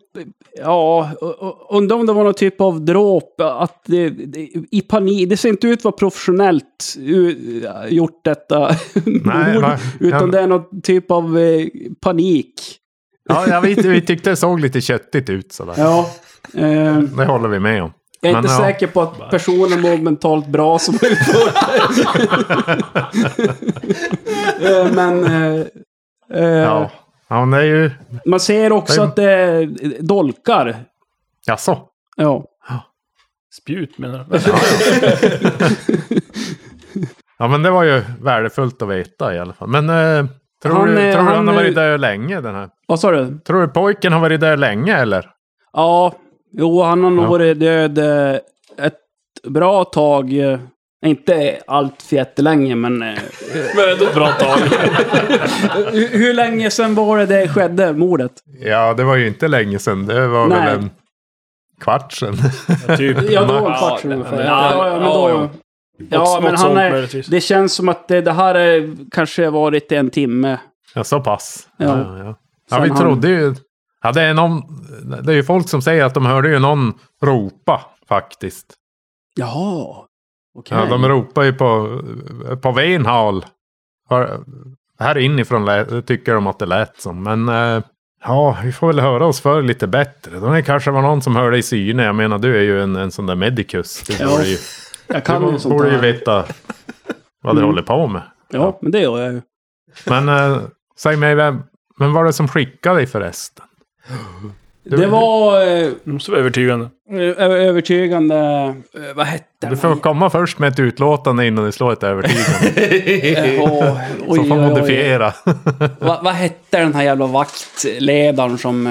Ja, och- och- undrar om det var någon typ av dråp. Att det, det, I panik. Det ser inte ut att vara professionellt u, gjort detta. *laughs*
Nej,
mord,
va?
utan
Ja.
det är någon typ av eh, panik.
Ja, ja vi, vi tyckte det såg lite köttigt ut sådär.
Ja,
*laughs*
ehm,
Det håller vi med om.
Jag är
Men,
inte
ja.
säker på att personen mår mentalt bra som har utfört
*laughs*
det. Eh, Men... eh, eh,
Ja. ja, men det är ju...
Man ser också
Det är-
att det är dolkar.
Jaså?
Ja.
Spjut menar
du?
Ja, men det var ju värdefullt att veta i alla fall. Men eh, tror,
Han,
du,
eh,
tror du han
han,
har
eh,
varit där länge den här?
Vad sa du?
Tror du pojken har varit där länge eller?
Ja, jo, han har nog
Ja.
varit död eh, ett bra tag. eh, Inte allt för jättelänge, men... eh,
*laughs* Men ändå ett bra tag.
*laughs* hur, hur länge sedan var det det skedde, mordet?
Ja, det var ju inte länge sedan. Det var
Nej.
väl en kvart sedan.
typ.
Ja, då var det en kvart sedan ungefär.
Ja,
Ja, ja, men
ja,
då...
ja.
Ja,
Något-
men
något
han
sånt
är,
möjligtvis.
det känns som att det, det här är, kanske har varit en timme.
*laughs* Ja, så pass.
Ja.
Ja, ja. ja
Sen
vi
han-
trodde ju... Ja, det, är någon, det är ju folk som säger att de hörde ju någon ropa faktiskt.
Jaha, okej.
Ja, de ropar ju på, på Venhal. Har- Här inifrån lä- tycker de att det lät som. Men eh, ja, vi får väl höra oss för lite bättre. Det kanske var någon som hörde i syne. Jag menar, du är ju en, en sån där medicus. Du
Ja,
borde ju,
jag kan ju
du
sånt
borde ju
här.
veta vad du
Mm.
håller på med.
Ja, men det gör jag ju.
Men eh, säg mig, vem, vem var det som skickade dig förresten?
Det var... eh,
Det måste vara övertygande.
Ö- ö- övertygande... eh, Vad hette
Du får komma först med ett utlåtande innan du slår ett övertygande.
Åh, oj,
Som får
oj, oj.
modifiera.
Va, vad hette den här jävla vaktledaren som,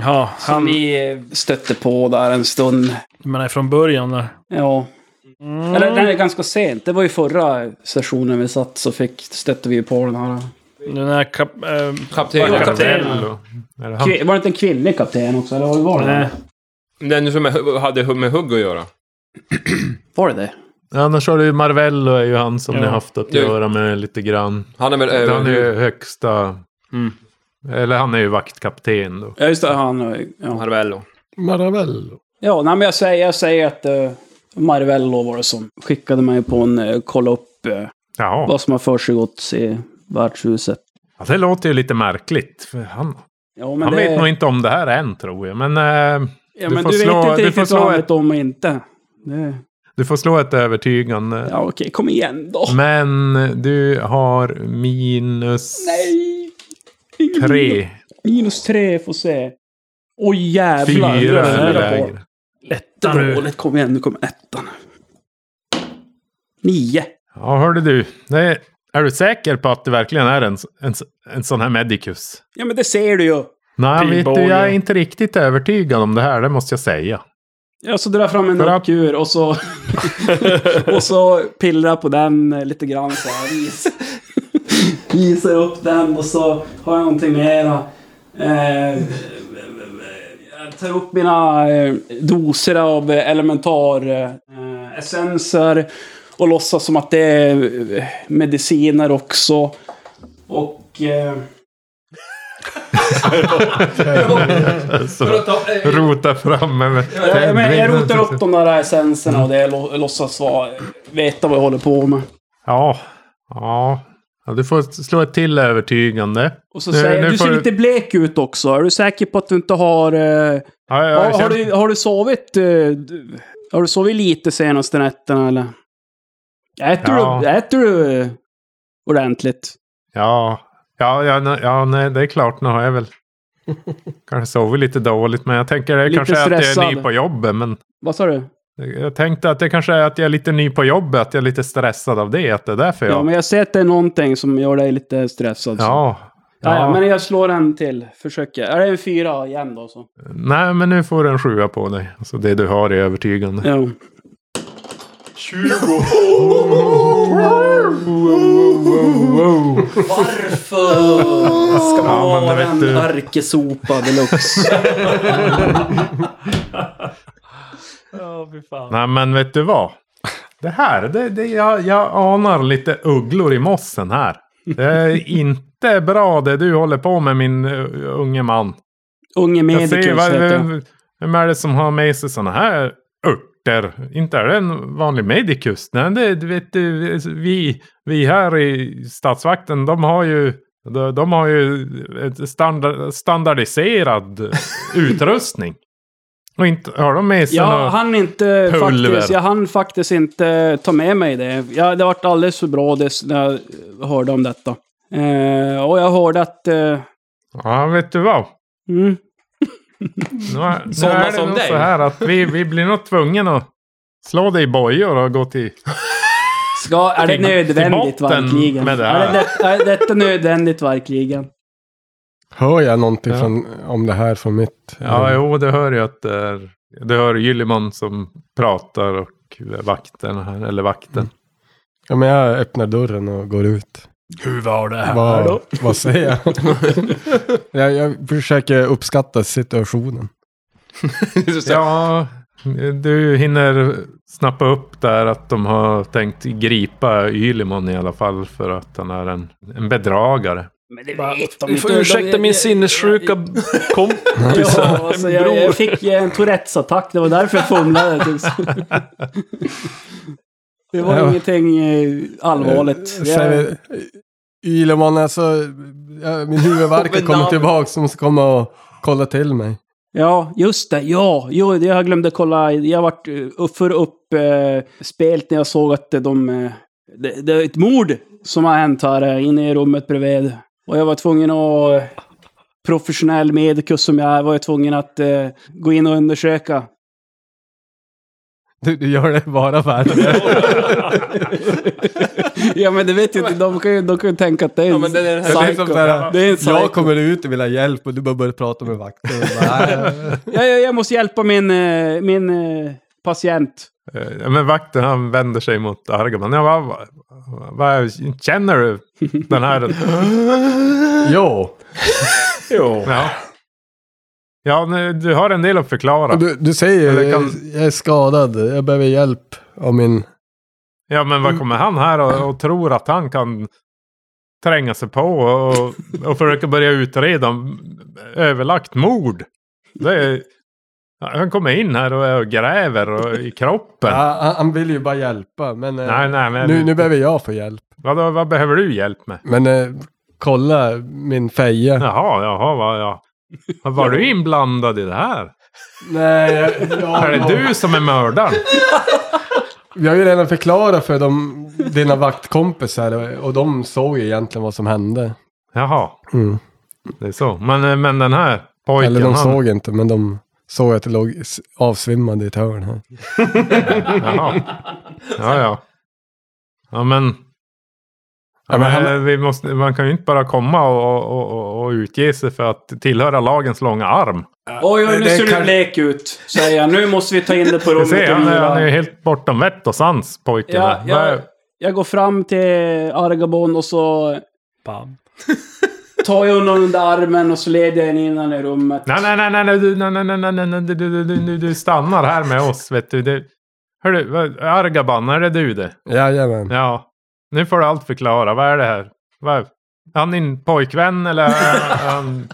eh, som vi eh, stötte på där en stund?
Men nej, från början där.
Ja. Eller den är ganska sent. Det var ju förra sessionen vi satt så fick, stötte vi ju på den här.
Den här kap, eh,
Kaptenen.
Ja,
Kaptenen.
Är det
Kvi- Var det inte en kvinnlig kapten också? Eller vad var det?
Nej.
Den som hu- hade med hugg att göra.
Var det det?
Annars har du ju Marvello är ju han som
Ja.
ni har haft att
Det-
göra med lite grann.
Han är väl
Äh,
över-
Han är ju högsta... Eller han är ju vaktkapten då.
Ja, just det. Han... eh, Ja,
Marvello.
Maravello.
ja nej, men jag säger, jag säger att eh, Marvello var det som skickade mig på en eh, kolla upp eh,
Ja.
vad som har försiggått i värdshuset.
Ja, det låter ju lite märkligt. För han
Ja, men
han
det-
vet nog inte om det här än tror jag. Men, eh,
Ja, men du vet inte riktigt vad han vet om och inte. Det...
Du får slå ett övertygande.
Ja, okej. Kom igen då.
Mm. Men eh, du har minus
Nej! Ingen
tre.
minus- Minus tre, får se. Oj jävlar.
Fyra
Det var
eller
på.
lägre.
Ettan nu. Dåligt. Kom igen, nu kommer ettan. Nio.
Ja, hörde du. Det är, är du säker på att det verkligen är en, en, en sån här medicus?
Ja, men det ser du ju.
Nej, vet du,
Pinball,
jag
ja.
är inte riktigt övertygad om det här, det måste jag säga.
Ja, så drar fram en rockkur och så... och så pillrar på den eh, lite grann så här. Vis. Visar upp den och så har jag någonting mera. Eh, jag tar upp mina eh, doser av eh, elementar eh, essenser och låtsas som att det är eh, mediciner också. Och... Eh,
Så, rota fram en
jag, eh, men jag
tändning.
rotar upp de där essenserna och det lå- låtsas vara, veta vad jag håller på med.
Ja, ja. ja. Du får slå ett till övertygande.
Och så säger jag, du ser lite blek ut också. Är du säker på att du inte har... eh,
jag
har, har,
känner-
du, har du sovit... eh, du- har du sovit lite senaste nätterna eller? Äter,
Ja.
du, äter du eh, ordentligt?
Ja, ja, ja, nej, ja nej, det är klart. Nu har
*laughs*
jag väl kanske sovit lite dåligt. Men jag tänker det är
Lite
kanske är att jag är ny
stressad.
på jobbet. Men
Vad sa du?
jag tänkte att det kanske är att jag är lite ny på jobbet. Att jag är lite stressad av det. Att det är därför
Ja.
jag...
men jag ser att det är någonting som gör dig lite stressad. så.
Ja,
Ja,
ja.
men jag slår en till. Försöker. Är det en fyra igen då? Så.
Nej, men nu får du en sjua på dig. Alltså det du har är övertygande.
Ja.
20!
Varför ska man
Ja, men det
vara
vet
en
du.
ärkesopa deluxe?
Nej, men vet du vad? Det här, det, det, jag, jag anar lite ugglor i mossen här. Det är inte bra det du håller på med min eh, unge man.
*laughs* Unge Medicus
vad,
heter jag.
vem, vem är det som har med sig sådana här örter? Inte är det en vanlig Medicus? Nej, det, du vet du, vi, vi här i statsvakten, de har ju de, de har ju ett standard, standardiserad
*laughs*
utrustning. Och inte, har de med sig
Jag
några-
hann inte
pulver.
faktiskt, jag hann faktiskt inte ta med mig det. Jag, det varit alldeles för bra det, när jag hörde om detta. Eh, och jag hörde att... Eh,
Ja, vet du vad?
Mm.
Nu är, nu
Sådana
är det
som
nog
dig.
så här att vi, vi blir nog tvungna att slå dig i bojor och gå till...
Ska, är det
till- till
nödvändigt
botten
verkligen?
Med det
Är,
här.
det, är detta nödvändigt verkligen?
Hör jag någonting
Ja.
från, om det här från mitt?
Ja, jo, det hör ju att det är... Det hör Gylleman som pratar och vakten här, eller vakten.
Ja, men jag öppnar dörren och går ut.
Hur var det här
Vad,
då?
vad säger jag? jag? *laughs* Jag försöker uppskatta situationen.
*laughs*
ja, du hinner snappa upp där att de har tänkt gripa Ylimon i alla fall för att han är en, en bedragare.
Men det vet de
Du får ursäkta min sinnessjuka kompis.
Ja, alltså, jag,
Bror.
jag fick ju en Tourettes-attack, det var därför jag fumlade. typ. Det var
Ja.
ingenting eh, allvarligt. Det är-
Säger Yleman, alltså, ja, min huvudvärk har kommit tillbaka som ska komma och kolla till mig.
Ja, just det. Ja, jo, det- jag glömde kolla. Jag vart eh, upp- för upp eh, spelt när jag såg att eh, de... eh, Det, det är ett mord som har hänt här eh, inne i rummet bredvid. Och jag var tvungen att... eh, Professionell medikus som jag är var jag tvungen att eh, gå in och undersöka.
Du, du gör det bara för
*laughs*
att...
*laughs* ja men det vet jag inte, de kan ju, de kan ju tänka att det är en
Ja, men det är,
psycho.
liksom så här,
Det är en
*laughs* jag
psycho.
kommer ut och vill ha hjälp och du bara börjar prata med vakten. Och bara, "Äh."
*laughs*
"Nej."
Ja, ja, jag måste hjälpa min, eh, min eh, patient.
Eh, Men vakten han vänder sig mot Argaman. Ja, vad, vad, vad känner du den här?
jo.
jo. Ja. Ja, nu, du har en del att förklara.
du, du säger
Eller kan-
jag, jag är skadad, jag behöver hjälp av min...
Ja, men
Mm.
vad kommer han här och, och tror att han kan tränga sig på och, och försöka börja utreda om överlagt mord? Det är, han kommer in här och, och gräver och, i kroppen.
Ja, han, han vill ju bara hjälpa, men, eh,
Nej, nej, men-
nu, nu behöver jag få hjälp.
Vad, vad behöver du hjälp med?
Men eh, kolla min feja.
Jaha, jaha, vad, ja. Var du inblandad i det här?
Nej, jag, jag,
Är det du som är mördaren?
Vi har ju redan förklarat för de, dina vaktkompisar och- och de såg ju egentligen vad som hände.
Jaha,
Mm.
det är så. Men, eh, men den här pojken,
Eller de
han...
såg inte, men de såg att det låg s- avsvimmande i ett hörn här.
Jaha. Ja, ja. Ja, men... Ja, men eh, vi måste, man kan ju inte bara komma och, och, och, och utge sig för att tillhöra lagens långa arm.
Oj, oj, nu
det
ser du
kan-
blek ut, säger jag. Nu måste vi ta in det
*laughs*
på
Du
rummet
ser,
och
han, är- han är ju
vila.
helt bortom vett och sans, pojken.
Ja,
här.
jag,
Vad-
jag går fram till Argabon och så... Tar jag honom under armen och så leder jag henne in honom i rummet.
Nej, nej, nej, nej, nej, du- nej, nej, nej, nej, nej, nej, du, du, du, du, du stannar här med oss, vet du. du hörru, vad- Argaban, är det du det?
Jajamän.
Ja, nu får du allt förklara. Vad är det här? Vad är, är han din pojkvän eller? är han...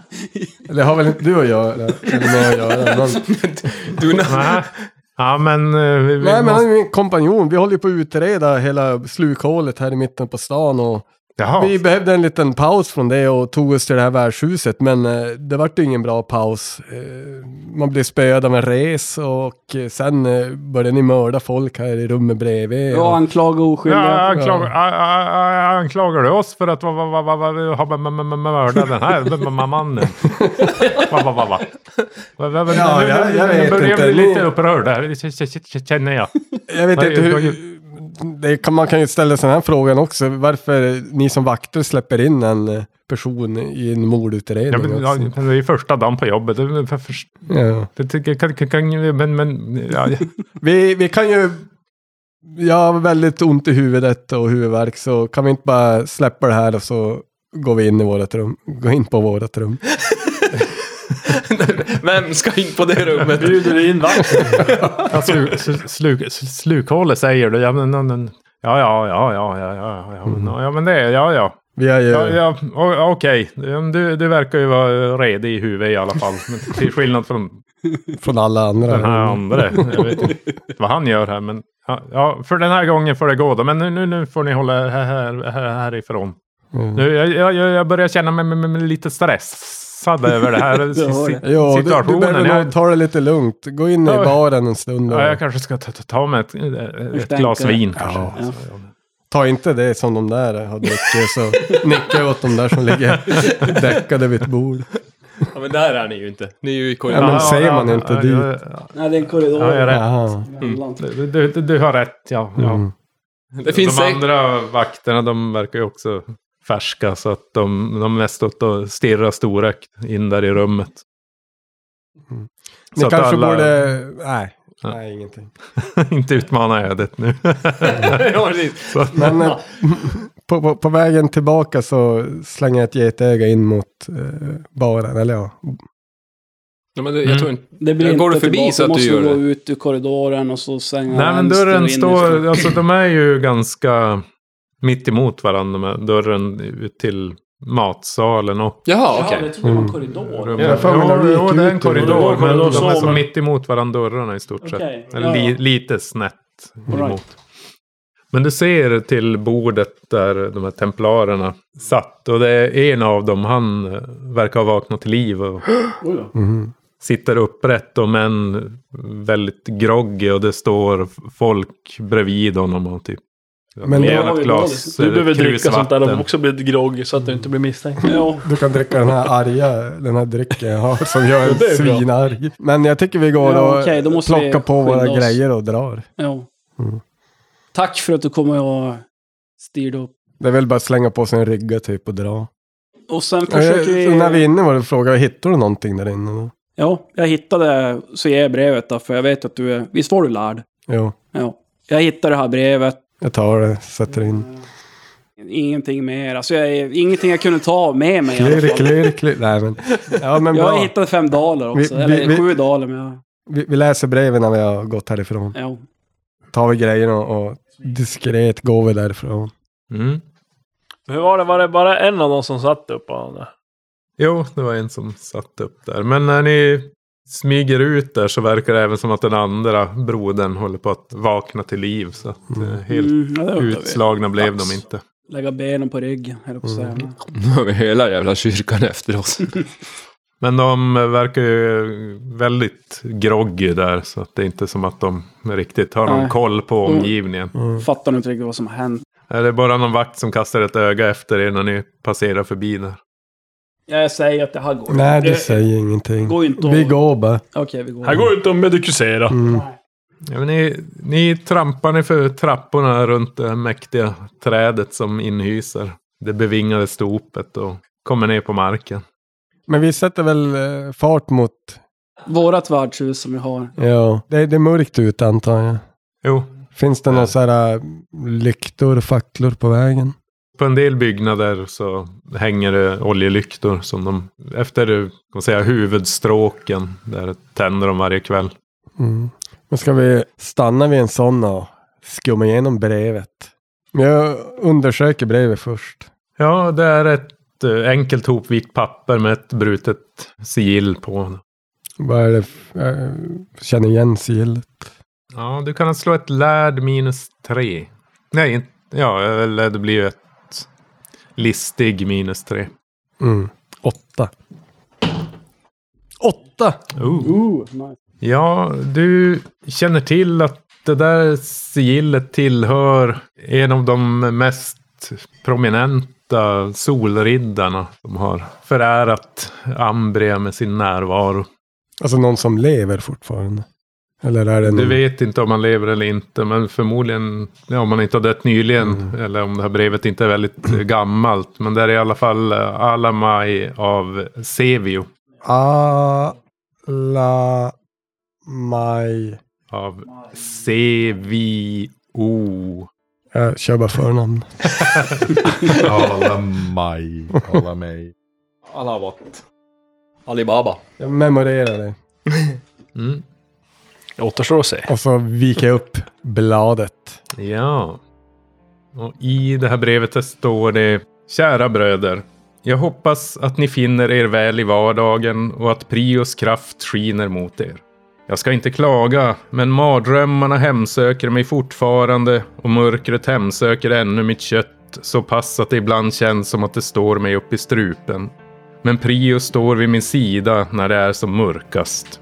Det har väl inte du och jag eller, eller med att göra? Men,
Nej. Ja, men... eh, *laughs* Vi, vi
nej, men han
måste...
är min kompanjon. Vi håller ju på att utreda hela slukhålet här i mitten på stan. Och
Jaha.
Vi behövde en liten paus från det och tog oss till det här värdshuset. Men eh, det vart ju ingen bra paus. Eh, man blev spöad av en res och eh, sen eh, började ni mörda folk här i rummet bredvid.
Ja, anklaga oskyldiga.
Ja, anklagar, a- a- a- anklagar du oss för att va, va, va, va, va, ha m- m- m- mördat den här m-
*laughs*
m- mannen? Va, va, va, va. Va, va, va,
Ja,
nu-
jag-
nu-
jag
nu
vet
börjar jag
inte.
bli lite
Ni-
upprörd här, Det k- k- k- känner jag.
Jag vet
Nej,
inte
jag-
hur... Det kan, man kan ju ställa sig den här frågan också. Varför ni som vakter släpper in en eh, person i en
Ja,
mordutredning?
men,
också.
ja, men det är ju första dagen på jobbet. Det, det,
Ja.
det, tycker- kan, kan, kan, men, men, ja, ja.
Vi, vi kan ju... Jag har väldigt ont i huvudet och huvudvärk så kan vi inte bara släppa det här och så går vi in i vårat rum. Gå in på vårat rum.
Vem ska in på det rummet?
Bjuder in
*laughs*
vakten.
Alltså, sl- sluk, sl- slukhålet säger du. Ja, men, ja, men, ja, ja, ja, ja, ja, ja, ja, men- ja, men det, ja, ja.
Vi har ju...
Ja, ja, o- Okej, Mm, du, du verkar ju vara eh, redig i huvudet i alla fall. Men till skillnad från
Från alla andra.
den här andra. Jag vet inte vad han gör här. Men, ja, ja, för den här gången får det gå då. Men nu, nu, nu får ni hålla er här, här, här, härifrån.
Mm.
Nu, jag, jag, jag börjar känna mig, mig, mig lite stressad över det här si- si-
*laughs* Ja, du, du
situationen.
behöver
jag,
nog ta det lite lugnt. Gå in i
Ja.
baren en stund. Och...
ja, jag kanske ska ta, ta, ta med ett, eh, ett
Ursäkta,
glas
Anka.
vin.
Ja.
Kanske.
Ja. Ta inte det som de där har druckit. Så nicka åt de där som ligger däckade vid ett bord.
Ja, men där är ni ju inte. Ni är ju i
Ja,
korridoren.
men ser man inte dit?
Nej, det är en korridor.
Ja, jag är rätt.
Jaha.
Mm.
Du, du, du- du har rätt, ja.
Mm.
ja.
Det finns
de
säkert-
andra vakterna, de verkar ju också färska. Så att de, de mest åt och stirrar storökt in där i rummet.
Ni
Så att
Mm. kanske
alla-
borde... Nej.
Ja.
Nej, ingenting.
*laughs* Inte utmana ödet nu.
*laughs* Ja, precis.
Så att-
Men eh, på, på, på vägen tillbaka så slänger jag ett getöga in mot eh, baren. Eller ja,
Ja, men det, jag
Mm.
tror inte...
Det blir
går
inte
du förbi
tillbaka,
så att
måste
du gör
gå
det?
ut ur korridoren och så svänga
Nej men
vänster och
dörren
in i skogen.
står, alltså de är ju ganska mitt emot varandra. Med dörren ut till matsalen och...
Jaha,
Ja,
okej.
det trodde jag var en
Mm.
korridor.
rummet.
för mig när
Jo,
du
jo,
gick
det är
ut
en
ur-
korridor.
korridor,
Men de
så,
är så
men-
mitt emot varandra dörrarna i stort sett.
Okej,
Eller li,
ja, ja.
lite snett
All right.
emot. Men du ser till bordet där de här templarerna satt. Och det är en av dem, han eh, verkar ha vaknat till liv. Och
Oh,
Oj då.
Mhm.
sitter upprätt och men väldigt groggy. Och det står folk bredvid honom och typ.
Men
med
det
ett
var ju
glas,
Du
eh,
behöver dricka sånt där och
krusvatten.
också bli groggy så att du inte blir misstänkt.
Ja.
Du kan dricka den här arga, den här drycken jag har som gör en
Det är bra.
svinarg. Men jag tycker vi går
Ja,
och
okej, då måste vi
plockar på våra
skynda oss.
grejer och drar.
Ja.
Mm.
Tack för att du kommer och styrde upp.
Det är väl bara att slänga på sig en rygga typ och dra.
Och sen
Eh,
försöker
så När vi är
vi...
inne var det fråga, hittar du någonting där inne? Då?
Ja, jag hittade så jag brevet då, för jag vet att du är... Visst var du lärd?
Jo,
Ja. Jag hittade det här brevet.
jag tar det, sätter in.
Ingenting mer. Alltså, jag, ingenting jag kunde ta med mig i alla
Klirr,
fall.
klirr, klirr. Nej men, ja men
Jag
bra.
hittade fem daler också.
Vi- vi-
Eller
vi-
sju daler, men jag...
Vi, vi läser breven när vi har gått härifrån.
Ja.
Tar vi grejerna och, och diskret går vi därifrån.
Mm.
Hur var det? Var det bara en av dem som satt upp på honom? där?
Jo, det var en som satt upp där. Men när ni smyger ut där så verkar det även som att den andra brodern håller på att vakna till liv. Så att, eh, helt
Mm, ja, det låter vi.
utslagna blev
Dags.
de inte.
Lägga benen på ryggen, höll jag på att säga.
Mm.
Men-
Nu har vi hela jävla kyrkan efter oss.
Men de eh, verkar ju väldigt groggy där. Så att det är inte som att de riktigt har någon
Nej.
koll på
Mm.
omgivningen.
Fattar nog inte riktigt vad som har hänt.
Är Det är bara någon vakt som kastar ett öga efter er när ni passerar förbi där.
Jag säger att det här går
Nej, du
Det-
säger ingenting.
Eh, går inte att-
Vi går bara.
Okej, vi går.
Här går det inte att medikusera.
Mm.
Ja, men ni, ni trampar ni för trapporna runt det här mäktiga trädet som inhyser det bevingade stopet och kommer ner på marken.
Men vi sätter väl eh, fart mot...
Vårat värdshus som vi har.
Ja, det, det är mörkt ute antar jag.
Jo,
Finns det
Ja.
några så här äh, lyktor, facklor på vägen?
på en del byggnader så hänger det oljelyktor som de efter kan man säga, huvudstråken där tänder de varje kväll.
Mm. Men ska vi stanna vid en sån och skumma igenom brevet? Men jag undersöker brevet först.
Ja, det är ett eh, enkelt hopvikt papper med ett brutet sigill på.
Vad är det? f- Jag känner igen sigillet.
Ja, du kan slå ett lärd minus tre. Nej, inte- ja, eller det blir ju ett listig minus tre.
Mm. Åtta. Åtta!
Ooh, nice.
Ja, du känner till att det där sigillet tillhör en av de mest prominenta solriddarna som har förärat Ambria med sin närvaro.
Alltså någon som lever fortfarande. Eller är det någon...
Du vet inte om han lever eller inte, men förmodligen ja, om han inte har dött nyligen eller om det här brevet inte är väldigt *clears throat* eh, gammalt. Men det är i alla fall eh, Alamai av Sevio
Alla... Maj...
av Sevio.
Jag kör bara förnamn.
Alla maj, alla mig.
Alavat. Alibaba.
Jag memorerar det.
Mm.
Det återstår att se.
Och så viker jag upp bladet.
Ja. Och i det här brevet där står det Kära bröder, jag hoppas att ni finner er väl i vardagen och att Prios kraft skiner mot er. Jag ska inte klaga, men mardrömmarna hemsöker mig fortfarande och mörkret hemsöker ännu mitt kött så pass att det ibland känns som att det står mig upp i strupen. Men Prio står vid min sida när det är som mörkast.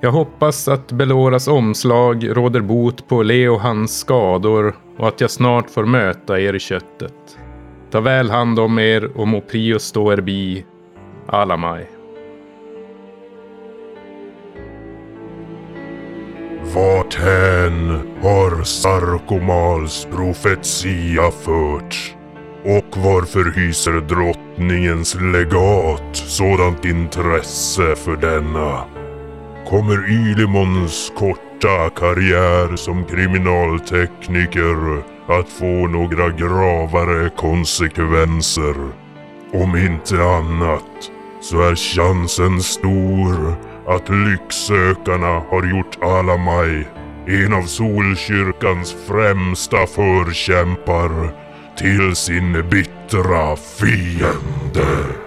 Jag hoppas att Beloras omslag råder bot på Leo och hans skador och att jag snart får möta er i köttet. Ta väl hand om er och må Prio stå er bi. Alamaj.
Vart hän har Sarkomals profetia förts? Och varför hyser drottningens legat sådant intresse för denna? Kommer Ylimons korta karriär som kriminaltekniker att få några gravare konsekvenser? Om inte annat så är chansen stor att lycksökarna har gjort Alamaj, en av Solkyrkans främsta förkämpar, till sin bittra fiende.